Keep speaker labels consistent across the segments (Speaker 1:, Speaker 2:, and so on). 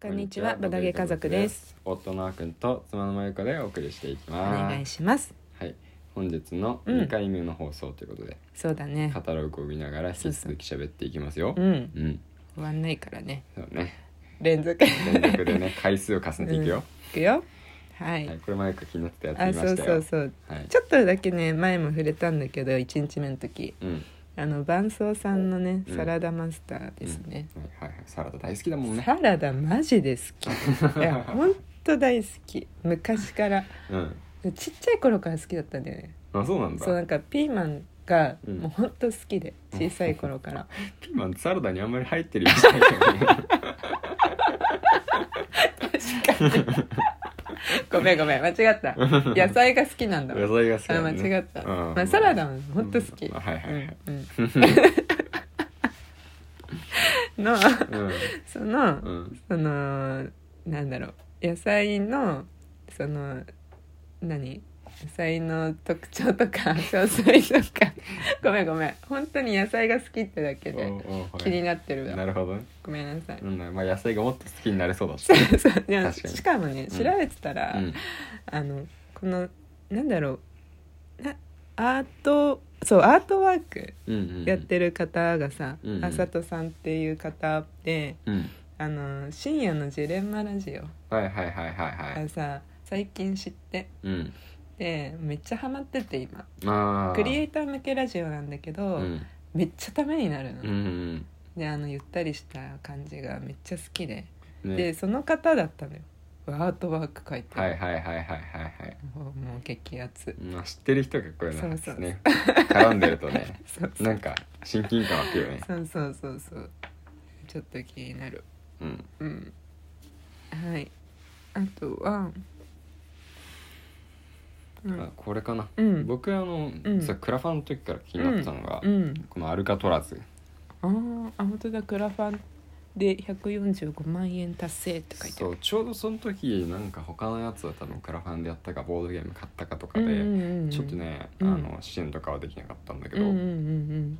Speaker 1: こんにちは、ボドゲ家族です。
Speaker 2: 夫のあくんと妻のまゆかでお送りしていき
Speaker 1: お
Speaker 2: ます。
Speaker 1: 願いします。
Speaker 2: はい、本日の
Speaker 1: うん
Speaker 2: 2回目の放送ということで、
Speaker 1: そうだね
Speaker 2: カ。タログを見ながら引き続き喋っていきますよ。
Speaker 1: うん、
Speaker 2: うん、
Speaker 1: 終わんないからね。
Speaker 2: そうね、
Speaker 1: 連続。
Speaker 2: 連 続でね、回数を重ねていくよ。
Speaker 1: いくよ。はい。
Speaker 2: はい、これまゆか気になってたやつ
Speaker 1: あ、そう
Speaker 2: 見ました
Speaker 1: そう
Speaker 2: よ。
Speaker 1: そう。
Speaker 2: はい、
Speaker 1: ちょっとだけね、前も触れたんだけど、一日目の時。
Speaker 2: うん、はい
Speaker 1: あの伴奏さんのね、
Speaker 2: うん
Speaker 1: サラダマスターですね。
Speaker 2: はいはい、サラダ大好きだもんね。
Speaker 1: サラダマジで好 き。いや、本当大好き。昔から。
Speaker 2: うん、
Speaker 1: ちっちゃい頃から好きだったんだよね。
Speaker 2: あ、そうなんだ
Speaker 1: そう、。なんかピーマンが、
Speaker 2: うん
Speaker 1: もう本当好きで、小さい頃から。
Speaker 2: ピーマンサラダにあんまり入ってるようじゃないけ どね。
Speaker 1: 確かにごめんごめん間違 った野菜が好きなんだ
Speaker 2: 野菜が好き
Speaker 1: あ
Speaker 2: だ、ね。
Speaker 1: 間違った、
Speaker 2: うん
Speaker 1: まあ、サラダも本当好き、
Speaker 2: うんはいはいはい
Speaker 1: うんうん、 のその、
Speaker 2: うん、うん、
Speaker 1: そのなんだろう野菜のその何野菜の特徴と か詳細とかごめんごめん本当に野菜が好きってだけで
Speaker 2: おうおうはい
Speaker 1: 気になってるわ
Speaker 2: なるほどね、
Speaker 1: ごめんなさい、
Speaker 2: うん、まあ野菜がもっと好きになれそうだし
Speaker 1: そうそうでも
Speaker 2: 確かに
Speaker 1: しかもね調べてたら、
Speaker 2: うん
Speaker 1: あのこのなんだろうなアートそうアートワーク
Speaker 2: うんうん
Speaker 1: やってる方がさ、
Speaker 2: うんうん
Speaker 1: あさとさんっていう方で
Speaker 2: うん
Speaker 1: あの深夜のジレンマラジオ
Speaker 2: はいはいはいはいは
Speaker 1: が
Speaker 2: い
Speaker 1: さ最近知って
Speaker 2: うん
Speaker 1: でめっちゃハマってて今
Speaker 2: まあ
Speaker 1: クリエイター向けラジオなんだけど、
Speaker 2: うん
Speaker 1: めっちゃためになるの、
Speaker 2: うん
Speaker 1: であのゆったりした感じがめっちゃ好きで、
Speaker 2: うん
Speaker 1: で
Speaker 2: ね
Speaker 1: その方だったのよアートワーク書いてる、
Speaker 2: はいはいはいはいはいはい
Speaker 1: もうもう激アツ
Speaker 2: まあ知ってる人がこういう
Speaker 1: そ
Speaker 2: の
Speaker 1: う
Speaker 2: で
Speaker 1: そう
Speaker 2: すね絡んでるとね
Speaker 1: そうそう
Speaker 2: なんか親近感湧くよね
Speaker 1: そうそうそうそうちょっと気になる
Speaker 2: うん
Speaker 1: うんはいあとはうん
Speaker 2: あこれかな、
Speaker 1: うん
Speaker 2: 僕あの、
Speaker 1: うん
Speaker 2: そうクラファンの時から気になってたのが、
Speaker 1: うん
Speaker 2: このアルカトラズ
Speaker 1: あーあ本当だクラファンで145万円達成って書いてあ
Speaker 2: そう
Speaker 1: る
Speaker 2: ちょうどその時なんか他のやつは多分クラファンでやったかボードゲーム買ったかとかで、
Speaker 1: うんうんうんうん
Speaker 2: ちょっとね、
Speaker 1: うん
Speaker 2: あの支援とかはできなかったんだけ
Speaker 1: うん
Speaker 2: ど、
Speaker 1: うんうん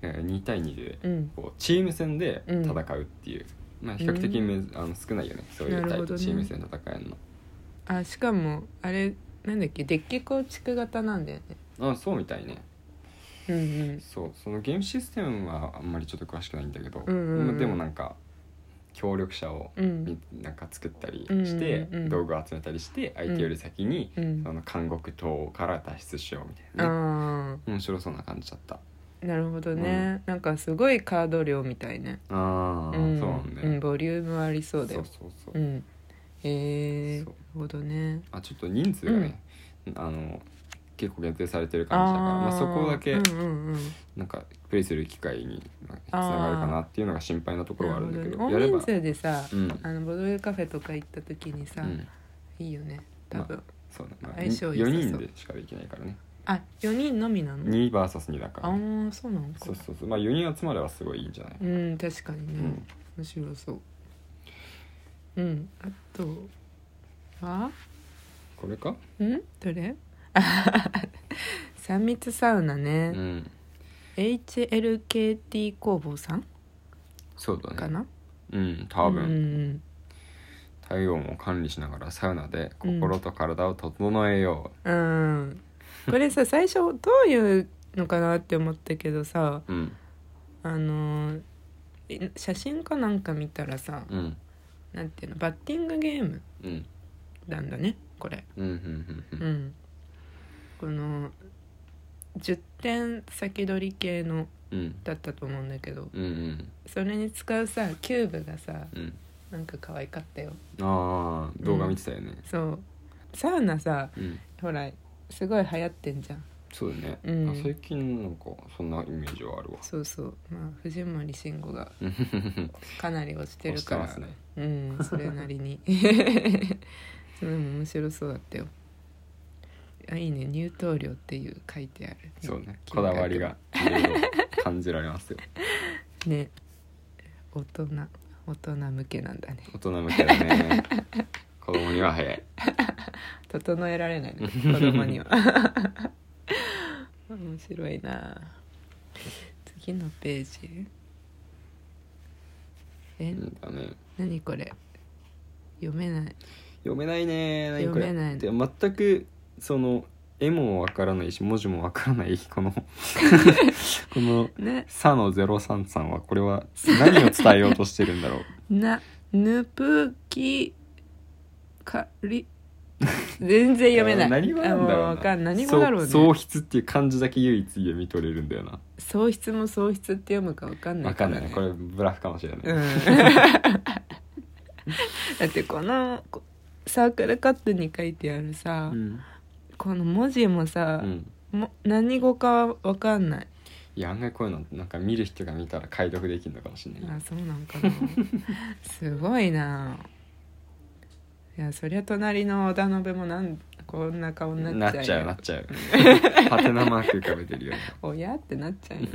Speaker 2: えー2対2で
Speaker 1: うんうん
Speaker 2: こうチーム戦で戦うっていう、まあ、比較的め、あの少ないよねそういう
Speaker 1: なる
Speaker 2: タイ
Speaker 1: ほど
Speaker 2: プ
Speaker 1: ね
Speaker 2: チーム戦で戦えるの、
Speaker 1: あしかもあれなんだっけデッキ構築型なんだよね
Speaker 2: あそうみたいね
Speaker 1: うんうん
Speaker 2: そうそのゲームシステムはあんまりちょっと詳しくないんだけど、
Speaker 1: うんうんうん
Speaker 2: まあでもなんか協力者を
Speaker 1: うん
Speaker 2: みなんか作ったりして、
Speaker 1: うんうんうん
Speaker 2: 道具を集めたりして相手より先に、
Speaker 1: うん
Speaker 2: あの監獄島から脱出しようみたいなね
Speaker 1: あ
Speaker 2: 面白そうな感じだった
Speaker 1: あなるほどね、なんかすごいカード量みたいね
Speaker 2: ああ、
Speaker 1: ん
Speaker 2: そうなんだ
Speaker 1: うん、
Speaker 2: よ、
Speaker 1: ボリュームありそうだ
Speaker 2: そう
Speaker 1: よ
Speaker 2: そうそう、
Speaker 1: うんへえー、
Speaker 2: そう
Speaker 1: なるほどね
Speaker 2: あちょっと人数がね、あの結構限定されてる感じだからまあ、
Speaker 1: ー
Speaker 2: そこだけ
Speaker 1: うんうんうん、
Speaker 2: なんかプレイする機会にまあつながるかなっていうのが心配なところはあるんだけど
Speaker 1: なるほ
Speaker 2: や
Speaker 1: ね
Speaker 2: れ
Speaker 1: 大
Speaker 2: ば
Speaker 1: 人数でさ、
Speaker 2: うん
Speaker 1: あのボドゲカフェとか行った時にさ、
Speaker 2: うん
Speaker 1: いいよね多分、
Speaker 2: そうだ、まあ、
Speaker 1: 相性良さ
Speaker 2: 4
Speaker 1: そう
Speaker 2: 人でしかできないからね
Speaker 1: あ四4人のみなの
Speaker 2: 2vs2 だか
Speaker 1: あ
Speaker 2: ら
Speaker 1: あそうなのか
Speaker 2: そうそうそうまあ4人集まればすごいいいんじゃない、
Speaker 1: うん確かにね、
Speaker 2: うん
Speaker 1: 面白そううんあとは
Speaker 2: これか
Speaker 1: んどれ 三密サウナ
Speaker 2: う
Speaker 1: ね、
Speaker 2: ん
Speaker 1: HLKT 工房さん
Speaker 2: そうだね
Speaker 1: かな
Speaker 2: うん多分、
Speaker 1: うん
Speaker 2: 体温を管理しながらサウナで心と体を整えよ
Speaker 1: うん、うん、これさ最初どういうのかなって思ったけどさ
Speaker 2: ううん
Speaker 1: あのえ写真かなんか見たらさ
Speaker 2: うん
Speaker 1: なんていうのバッティングゲーム
Speaker 2: うん
Speaker 1: なんだねこれ
Speaker 2: うんうんうんう
Speaker 1: うんんこの10点先取り系の
Speaker 2: うん
Speaker 1: だったと思うんだけど
Speaker 2: うんうん
Speaker 1: それに使うさキューブがさ
Speaker 2: うん
Speaker 1: なんか可愛かったよ
Speaker 2: ああ動画見てたよね、
Speaker 1: そうサウナさ
Speaker 2: うん
Speaker 1: ほらすごい流行ってんじゃん
Speaker 2: そうだね、
Speaker 1: うん
Speaker 2: あ最近なんかそんなイメージはあるわ
Speaker 1: そうそうまあ藤森慎吾が
Speaker 2: うん
Speaker 1: かなり落ちてるから
Speaker 2: 押してますね
Speaker 1: うんそれなり にそれも面白そうだったよあいいね入湯料っていう書いてある
Speaker 2: そうね
Speaker 1: 金
Speaker 2: こ
Speaker 1: 額
Speaker 2: だわりがいろいろ感じら れますよ
Speaker 1: ね大人大人向けなんだね
Speaker 2: 大人向けだね子供には早い
Speaker 1: 整えられ ないね子供には 面白いな次のページえ
Speaker 2: うんだね
Speaker 1: 何これ読めない
Speaker 2: 読めないね何これ
Speaker 1: 読めない
Speaker 2: で全くその絵もわからないし文字もわからない このこの
Speaker 1: ね
Speaker 2: 「さ」の033はこれは何を伝えようとしてるんだろう
Speaker 1: なぬぷきかり 全然読めない
Speaker 2: や 何語な
Speaker 1: あ
Speaker 2: んだろう
Speaker 1: も
Speaker 2: な
Speaker 1: うわかん何語だろうね
Speaker 2: そう喪失っていう漢字だけ唯一読み取れるんだよな
Speaker 1: 喪失も喪失って読むかわかんな
Speaker 2: わ
Speaker 1: い
Speaker 2: からんな
Speaker 1: ね
Speaker 2: いねこれブラフかもしれない、
Speaker 1: うん だってこのこサークルカットに書いてあるさ、
Speaker 2: うん
Speaker 1: この文字もさ
Speaker 2: う、ん
Speaker 1: も何語かはわかんない
Speaker 2: いや案外こういうのなんか見る人が見たら解読できるのかもしれない
Speaker 1: あそうなんかな すごいないやそりゃ隣の織田信もなんこんな顔にな
Speaker 2: な
Speaker 1: っちゃう
Speaker 2: っ
Speaker 1: よ
Speaker 2: ちゃうなっ ちゃうハテナマーク浮かべてるよね
Speaker 1: おやってなっちゃうよ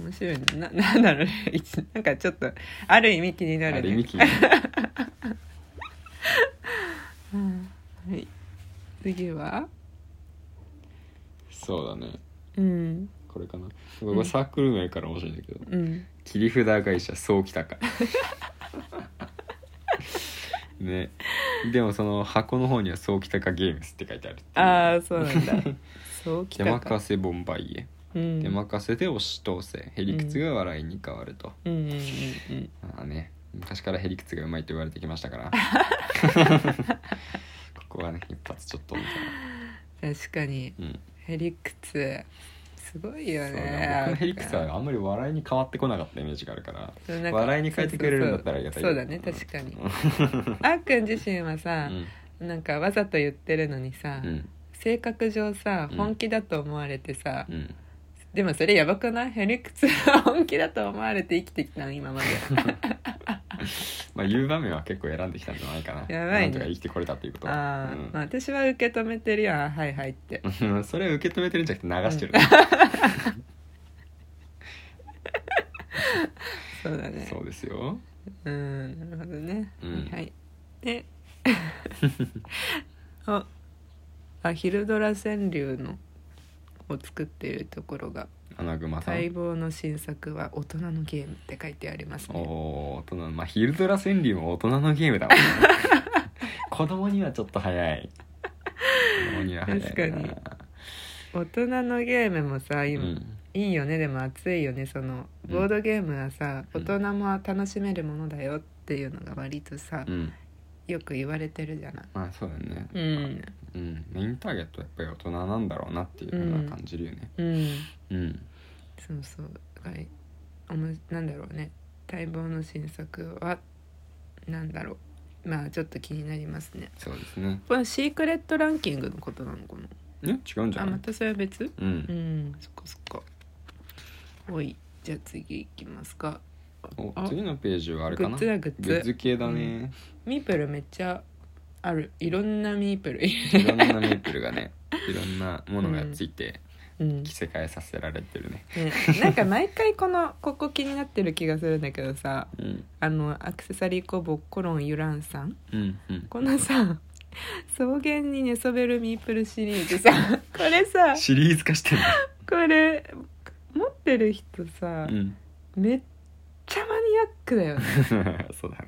Speaker 1: 面白いなななんだろうね一なんかちょっとある意味気にな
Speaker 2: あ
Speaker 1: る
Speaker 2: れ
Speaker 1: ね
Speaker 2: ミキね
Speaker 1: うんはい、次は
Speaker 2: そうだね
Speaker 1: うん
Speaker 2: これかな
Speaker 1: ん
Speaker 2: これサークル名から面白いんだけど、
Speaker 1: うん
Speaker 2: 切り札会社早期 高ねでもその箱の方には早期高ゲームスって書いてあるっていう
Speaker 1: ああそうなんだ そうき
Speaker 2: 手
Speaker 1: たか
Speaker 2: 任せボンバイエ、
Speaker 1: うん
Speaker 2: 手任せで押し通せへりくつが笑いに変わると、
Speaker 1: うんうんうんうん
Speaker 2: まあね昔からへりくつがうまいと言われてきましたから ここはね一発ちょっとみたい
Speaker 1: 確かに
Speaker 2: な、うん
Speaker 1: ヘリクツすごいよ
Speaker 2: そうね
Speaker 1: ね
Speaker 2: 僕のヘリクツはあんまり笑いに変わってこなかったイメージがあるから
Speaker 1: そうなんか
Speaker 2: 笑いに変えてくれるんだったらありがたい
Speaker 1: そ
Speaker 2: よ
Speaker 1: うそうそうだね確かにあーくん自身はさ、なんかわざと言ってるのにさ、
Speaker 2: うんうん
Speaker 1: 性格上さ
Speaker 2: うん
Speaker 1: 本気だと思われてさ、
Speaker 2: うん
Speaker 1: でもそれやばくないヘリクツは本気だと思われて生きてきたの今まで
Speaker 2: まあ言う場面は結構選んできたんじゃないかな
Speaker 1: やばいね
Speaker 2: なんとか生きてこれたっていうこと
Speaker 1: ああ、
Speaker 2: うん
Speaker 1: まあ、私は受け止めてるやんはいはいって
Speaker 2: うん それを受け止めてるんじゃなくて流してる、
Speaker 1: そうだね
Speaker 2: そうです よ
Speaker 1: うんなるほどね、
Speaker 2: うん
Speaker 1: はいで ああ昼ドラ川柳のを作っているところが
Speaker 2: 穴熊さ
Speaker 1: 待
Speaker 2: ん
Speaker 1: 望の新作は大人のゲームって書いてあります
Speaker 2: お
Speaker 1: ね
Speaker 2: おー大人まあヒルドラ川柳も大人のゲーム だもんね子供にはちょっと早い子供には早いな
Speaker 1: 確かに大人のゲームもさ
Speaker 2: う
Speaker 1: 今、
Speaker 2: ん
Speaker 1: いいよねでも熱いよねその
Speaker 2: うん
Speaker 1: ボードゲームはさ、
Speaker 2: うん
Speaker 1: 大人も楽しめるものだよっていうのが割とさ、
Speaker 2: うん
Speaker 1: よく言われてるじゃない
Speaker 2: まあそうだね
Speaker 1: うん
Speaker 2: うん、メインターゲットはやっぱり大人なんだろうなっていうのは感じるよね
Speaker 1: うん
Speaker 2: うん、
Speaker 1: そうそうだからおもなんだろうね待望の新作はなんだろうまあちょっと気になりますね
Speaker 2: そうですね
Speaker 1: これはシークレットランキングのことなのかな
Speaker 2: え違うんじゃ
Speaker 1: あ
Speaker 2: な
Speaker 1: ま
Speaker 2: い
Speaker 1: たそれは別
Speaker 2: う
Speaker 1: うんんそっかそっかおいじゃあ次いきますか
Speaker 2: お
Speaker 1: あ
Speaker 2: 次のページはあれ
Speaker 1: グ
Speaker 2: か
Speaker 1: ッ
Speaker 2: な
Speaker 1: ズだグッ
Speaker 2: グッ
Speaker 1: ズ
Speaker 2: ズ系だね、
Speaker 1: ミープルめっちゃあるいろんなミープル
Speaker 2: いろんなメープルがねいろんなものがついて
Speaker 1: うん、ね
Speaker 2: 着、せ替えさせられてるね
Speaker 1: なんか毎回このここ気になってる気がするんだけどさ
Speaker 2: うん
Speaker 1: あのアクセサリー工房コロンユランさん
Speaker 2: うんうん
Speaker 1: このさ草原に寝そべるミープルシリーズさこれさ
Speaker 2: シリーズ化してる、
Speaker 1: これ持ってる人さ、
Speaker 2: うん、
Speaker 1: めっちゃマニアックだよね
Speaker 2: そうだね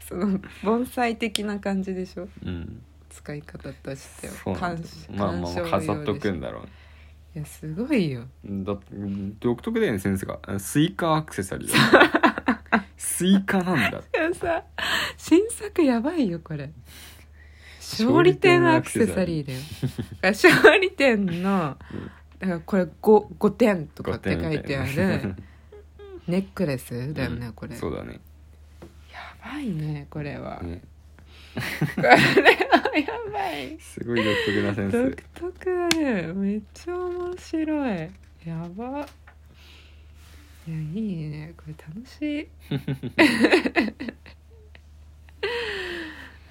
Speaker 1: その盆栽的な感じでしょ
Speaker 2: うん
Speaker 1: 使い方としては
Speaker 2: そうなんだ
Speaker 1: 鑑賞
Speaker 2: まあまあまあ
Speaker 1: 鑑賞
Speaker 2: 飾
Speaker 1: 用で
Speaker 2: っ
Speaker 1: しょ
Speaker 2: とくんだろうね
Speaker 1: いやすごいよ
Speaker 2: だってうん独特だよねセンスがあスイカアクセサリーだ、 ね、スイカなん
Speaker 1: い
Speaker 2: だ
Speaker 1: やさ新作やばいよこれ勝利点アクセサリーだよだから勝利点の
Speaker 2: うん
Speaker 1: だからこれ 5, 5点とかって書いてあ
Speaker 2: ゴテンみたい
Speaker 1: る
Speaker 2: な
Speaker 1: ネックレスだよね、これや
Speaker 2: そうだね
Speaker 1: ばいねこれは、
Speaker 2: ね
Speaker 1: これは やばい
Speaker 2: すごい独特なセン
Speaker 1: 独
Speaker 2: ス
Speaker 1: 特だねめっちゃ面白いやばいやいいねこれ楽しい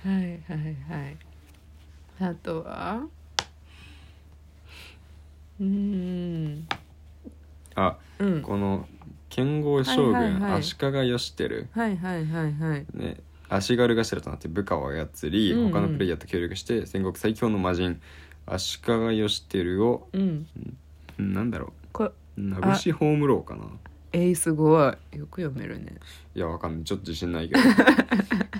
Speaker 1: はいはいはいあとはうーん
Speaker 2: あ
Speaker 1: うん
Speaker 2: この剣豪将軍、
Speaker 1: はいはいはい
Speaker 2: 足利義輝
Speaker 1: はいはいはいはい
Speaker 2: ね足軽頭となって部下を操り、
Speaker 1: うんうん
Speaker 2: 他のプレイヤーと協力して戦国最強の魔人足利義輝を
Speaker 1: うん
Speaker 2: んなんだろ
Speaker 1: こ
Speaker 2: う名伏葬ろうかな
Speaker 1: えー、すごいよく読めるね
Speaker 2: いやわかんないちょっと自信ないけど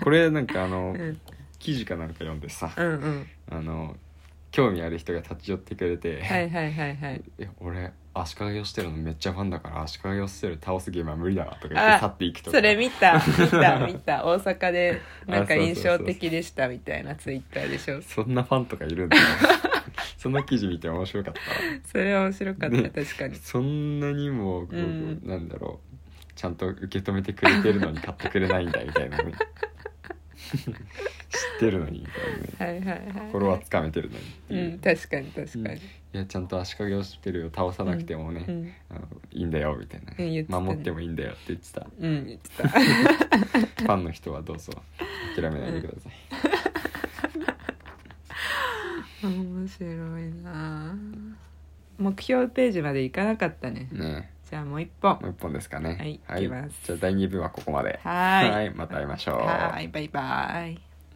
Speaker 2: これなんかあの
Speaker 1: うん
Speaker 2: 記事かなんか読んでさ
Speaker 1: うんうん
Speaker 2: あの興味ある人が立ち寄ってくれて、
Speaker 1: はいはいはいはい
Speaker 2: いや俺足利義輝のめっちゃファンだから足利義輝倒すゲームは無理だわとか言っ
Speaker 1: あ
Speaker 2: て去っていくとか
Speaker 1: それ見た見 た見た大阪でなんか印象的でしたみたいなツイッターでしょ
Speaker 2: そんなファンとかいるんだよ その記事見て面白かったわ
Speaker 1: それは面白かった
Speaker 2: ね
Speaker 1: 確かに
Speaker 2: そんなにも、こう
Speaker 1: うん
Speaker 2: なんだろうちゃんと受け止めてくれてるのに買ってくれないんだみたいな ね知ってるのにみたいなね
Speaker 1: はいはいはい
Speaker 2: 心はつかめてるのにって
Speaker 1: う
Speaker 2: いう、
Speaker 1: ん確かに確か
Speaker 2: うん
Speaker 1: に
Speaker 2: いやちゃんと足利義輝を倒さなくてもね、
Speaker 1: うん
Speaker 2: あのいいんだよみたいな、
Speaker 1: うん言ってたね
Speaker 2: 守ってもいいんだよって言ってた
Speaker 1: うん言ってた
Speaker 2: ファンの人はどうぞ諦めないでくださ い、
Speaker 1: 面白いな目標ページまでいかなかったね
Speaker 2: ね
Speaker 1: じゃあもう一本
Speaker 2: もう一本ですかね
Speaker 1: はいいきます
Speaker 2: じゃあ第2部はここまで
Speaker 1: はーい
Speaker 2: また会いましょう
Speaker 1: はーいバイバイ